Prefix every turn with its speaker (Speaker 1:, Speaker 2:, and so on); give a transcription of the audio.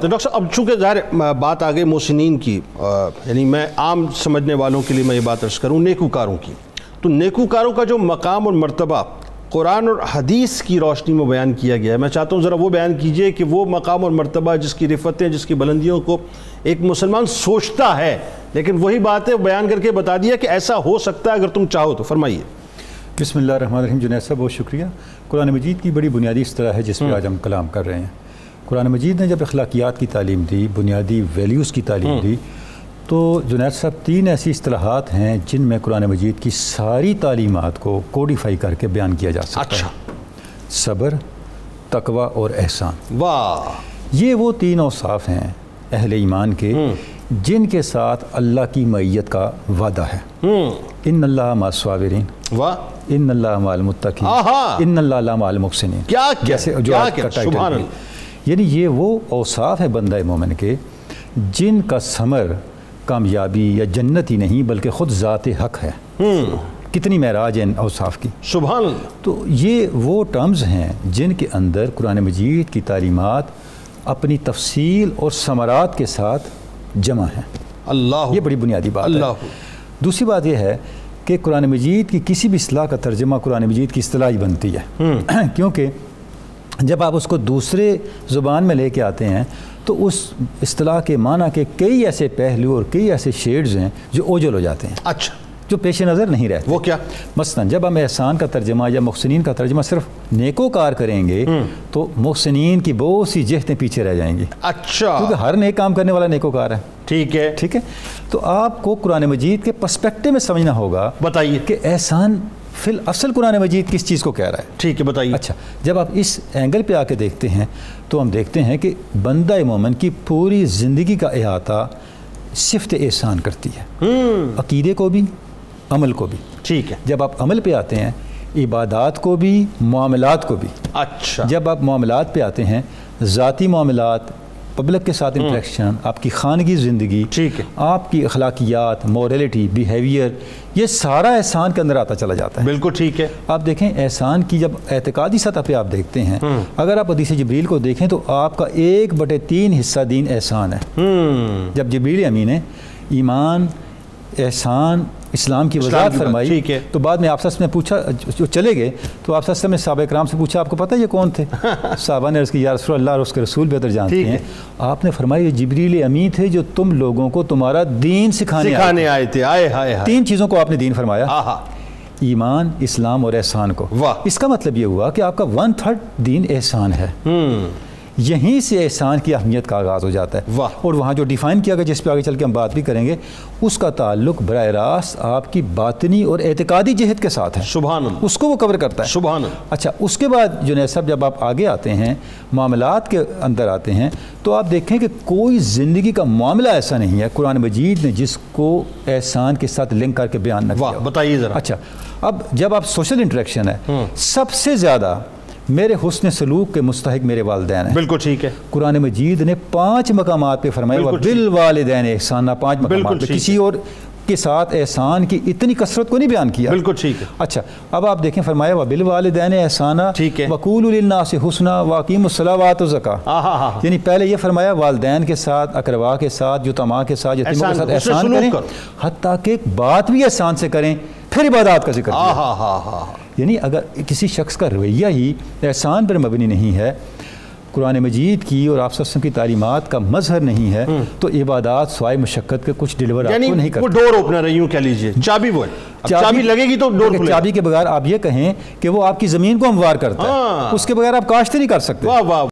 Speaker 1: تو ڈاکٹر صاحب اب چونکہ ظاہر ہے، بات آ گئی محسنین کی آ، یعنی میں عام سمجھنے والوں کے لیے میں یہ بات عرض کروں نیکوکاروں کی تو نیکوکاروں کا جو مقام اور مرتبہ قرآن اور حدیث کی روشنی میں بیان کیا گیا ہے میں چاہتا ہوں ذرا وہ بیان کیجئے کہ وہ مقام اور مرتبہ جس کی رفتیں جس کی بلندیوں کو ایک مسلمان سوچتا ہے لیکن وہی بات ہے بیان کر کے بتا دیا کہ ایسا ہو سکتا ہے اگر تم چاہو تو فرمائیے
Speaker 2: بسم اللہ الرحمن الرحیم جنید صاحب بہت شکریہ قرآن مجید کی بڑی بنیادی اصطلاح ہے جس پہ آج ہم کلام کر رہے ہیں قرآن مجید نے جب اخلاقیات کی تعلیم دی بنیادی ویلیوز کی تعلیم دی تو جنید صاحب تین ایسی اصطلاحات ہیں جن میں قرآن مجید کی ساری تعلیمات کو کوڈیفائی کر کے بیان کیا جا سکتا
Speaker 1: اچھا
Speaker 2: ہے صبر تقوی اور احسان
Speaker 1: واہ
Speaker 2: یہ وہ تین اوصاف ہیں اہل ایمان کے جن کے ساتھ اللہ کی معیت کا وعدہ ہے
Speaker 1: ہوں
Speaker 2: ان اللہ ماسوابرین
Speaker 1: واہ
Speaker 2: ان اللہ مع المتقین
Speaker 1: آہا!
Speaker 2: ان اللہ علام المحسنین
Speaker 1: کیا کیا-
Speaker 2: جیسے جو
Speaker 1: کیا
Speaker 2: آج
Speaker 1: کیا-
Speaker 2: کا ٹائٹل
Speaker 1: سبحان
Speaker 2: بھی
Speaker 1: اللہ
Speaker 2: ہے۔ یعنی یہ وہ اوصاف ہے بندہ مومن کے جن کا ثمر کامیابی یا جنت ہی نہیں بلکہ خود ذات حق ہے کتنی معراج ہے ان اوصاف کی
Speaker 1: سبحان اللہ
Speaker 2: تو یہ وہ ٹرمز ہیں جن کے اندر قرآن مجید کی تعلیمات اپنی تفصیل اور ثمرات کے ساتھ جمع ہیں
Speaker 1: اللہ
Speaker 2: یہ بڑی بنیادی بات
Speaker 1: اللہ
Speaker 2: ہے دوسری بات یہ ہے کہ قرآن مجید کی کسی بھی اصلاح کا ترجمہ قرآن مجید کی اصطلاح ہی بنتی ہے کیونکہ جب آپ اس کو دوسرے زبان میں لے کے آتے ہیں تو اس اصطلاح کے معنی کے کئی ایسے پہلو اور کئی ایسے شیڈز ہیں جو اوجل ہو جاتے ہیں
Speaker 1: اچھا
Speaker 2: جو پیش نظر نہیں رہتے
Speaker 1: وہ کیا
Speaker 2: مثلا جب ہم احسان کا ترجمہ یا محسنین کا ترجمہ صرف نیکوکار کریں گے تو محسنین کی بہت سی جہتیں پیچھے رہ جائیں گی
Speaker 1: اچھا
Speaker 2: کیونکہ ہر نیک کام کرنے والا نیکوکار ہے
Speaker 1: ٹھیک ہے
Speaker 2: ٹھیک ہے تو آپ کو قرآن مجید کے پرسپیکٹو میں سمجھنا ہوگا
Speaker 1: بتائیے
Speaker 2: کہ احسان فی الاصل قرآن مجید کس چیز کو کہہ رہا ہے
Speaker 1: ٹھیک ہے بتائیے
Speaker 2: اچھا جب آپ اس اینگل پہ آ کے دیکھتے ہیں تو ہم دیکھتے ہیں کہ بندہ مومن کی پوری زندگی کا احاطہ صفت احسان کرتی ہے عقیدے کو بھی عمل کو بھی
Speaker 1: ٹھیک ہے
Speaker 2: جب آپ عمل پہ آتے ہیں عبادات کو بھی معاملات کو بھی
Speaker 1: اچھا
Speaker 2: جب آپ معاملات پہ آتے ہیں ذاتی معاملات پبلک کے ساتھ انٹریکشن آپ کی خانگی زندگی
Speaker 1: ٹھیک ہے
Speaker 2: آپ کی اخلاقیات مورالٹی بیہیویئر یہ سارا احسان کے اندر آتا چلا جاتا ہے
Speaker 1: بالکل ٹھیک ہے
Speaker 2: آپ دیکھیں احسان کی جب اعتقادی سطح پہ آپ دیکھتے ہیں اگر آپ حدیث جبریل کو دیکھیں تو آپ کا ایک بٹے تین حصہ دین احسان ہے
Speaker 1: ہوں
Speaker 2: جب جبریل امین نے ایمان احسان اسلام کی
Speaker 1: اسلام
Speaker 2: وضاحت
Speaker 1: کی بات،
Speaker 2: فرمائی
Speaker 1: ٹھیک ہے۔
Speaker 2: تو بعد میں آپ نے پوچھا جو چلے گئے تو آپ نے صحابہ کرام سے پوچھا آپ کو پتہ ہے یہ کون تھے صحابہ نے عرض کی یا رسول اللہ اور اس کے رسول بہتر جانتے
Speaker 1: ٹھیک
Speaker 2: ہیں
Speaker 1: ہے۔
Speaker 2: آپ نے فرمایا یہ جبریل امین تھے جو تم لوگوں کو تمہارا دین سکھانے آئے
Speaker 1: سکھانے آئے تھے آئے ہائے
Speaker 2: تھے۔
Speaker 1: ہائے
Speaker 2: تین چیزوں کو آپ نے دین فرمایا
Speaker 1: آہا
Speaker 2: ایمان اسلام اور احسان کو
Speaker 1: واہ۔
Speaker 2: اس کا مطلب یہ ہوا کہ آپ کا ون تھرڈ دین احسان ہے
Speaker 1: ہوں
Speaker 2: یہیں سے احسان کی اہمیت کا آغاز ہو جاتا ہے
Speaker 1: واہ۔
Speaker 2: اور وہاں جو ڈیفائن کیا گیا جس پہ آگے چل کے ہم بات بھی کریں گے اس کا تعلق براہ راست آپ کی باطنی اور اعتقادی جہت کے ساتھ ہے
Speaker 1: سبحان اللہ
Speaker 2: اس کو وہ کور کرتا ہے
Speaker 1: سبحان اللہ
Speaker 2: اچھا اس کے بعد جنید صاحب جب آپ آگے آتے ہیں معاملات کے اندر آتے ہیں تو آپ دیکھیں کہ کوئی زندگی کا معاملہ ایسا نہیں ہے قرآن مجید نے جس کو احسان کے ساتھ لنک کر کے بیان نہ کیا
Speaker 1: واہ
Speaker 2: ہو۔
Speaker 1: بتائیے ذرا
Speaker 2: اچھا اب جب آپ سوشل انٹریکشن ہے سب سے زیادہ میرے حسن سلوک کے مستحق میرے والدین ہیں
Speaker 1: بالکل ٹھیک ہے
Speaker 2: قرآن مجید نے پانچ مقامات پہ فرمایا
Speaker 1: بالکل
Speaker 2: بل والدین احسان پانچ
Speaker 1: بالکل
Speaker 2: مقامات پہ
Speaker 1: ٹھیک
Speaker 2: کسی اور کے ساتھ احسان کی اتنی کثرت کو نہیں بیان کیا
Speaker 1: بالکل ٹھیک ہے
Speaker 2: اچھا اب آپ دیکھیں فرمایا بل والدین احسانہ
Speaker 1: ٹھیک ہے۔
Speaker 2: وقول للناس حسنا واقیم الصلاوات و زکا
Speaker 1: آہا ہاں
Speaker 2: یعنی پہلے یہ فرمایا والدین کے ساتھ اقربا کے ساتھ یتما کے ساتھ یتیموں کے
Speaker 1: احسان
Speaker 2: ساتھ
Speaker 1: کرو، اس سے
Speaker 2: احسان
Speaker 1: سلوک
Speaker 2: کریں
Speaker 1: کرو۔
Speaker 2: حتیٰ کہ ایک بات بھی احسان سے کریں پھر عبادات کا ذکر کریں
Speaker 1: آہا ہاں ہاں
Speaker 2: یعنی اگر کسی شخص کا رویہ ہی احسان پر مبنی نہیں ہے قرآن مجید کی اور آپ صلی اللہ علیہ وسلم کی تعلیمات کا مظہر نہیں ہے تو عبادات سوائے مشقت کے کچھ ڈیلیور آپ
Speaker 1: یعنی
Speaker 2: کو نہیں
Speaker 1: وہ
Speaker 2: کرتے
Speaker 1: ڈور اوپنر ہے یوں کہہ لیجئے چابی وہ ہے اب چابی لگے گی تو ڈور کھلے گا۔ ہاں۔
Speaker 2: چابی کے بغیر آپ یہ کہیں کہ وہ آپ کی زمین کو ہموار کرتا ہے اس کے بغیر آپ کاشت نہیں کر سکتے
Speaker 1: واہ واہ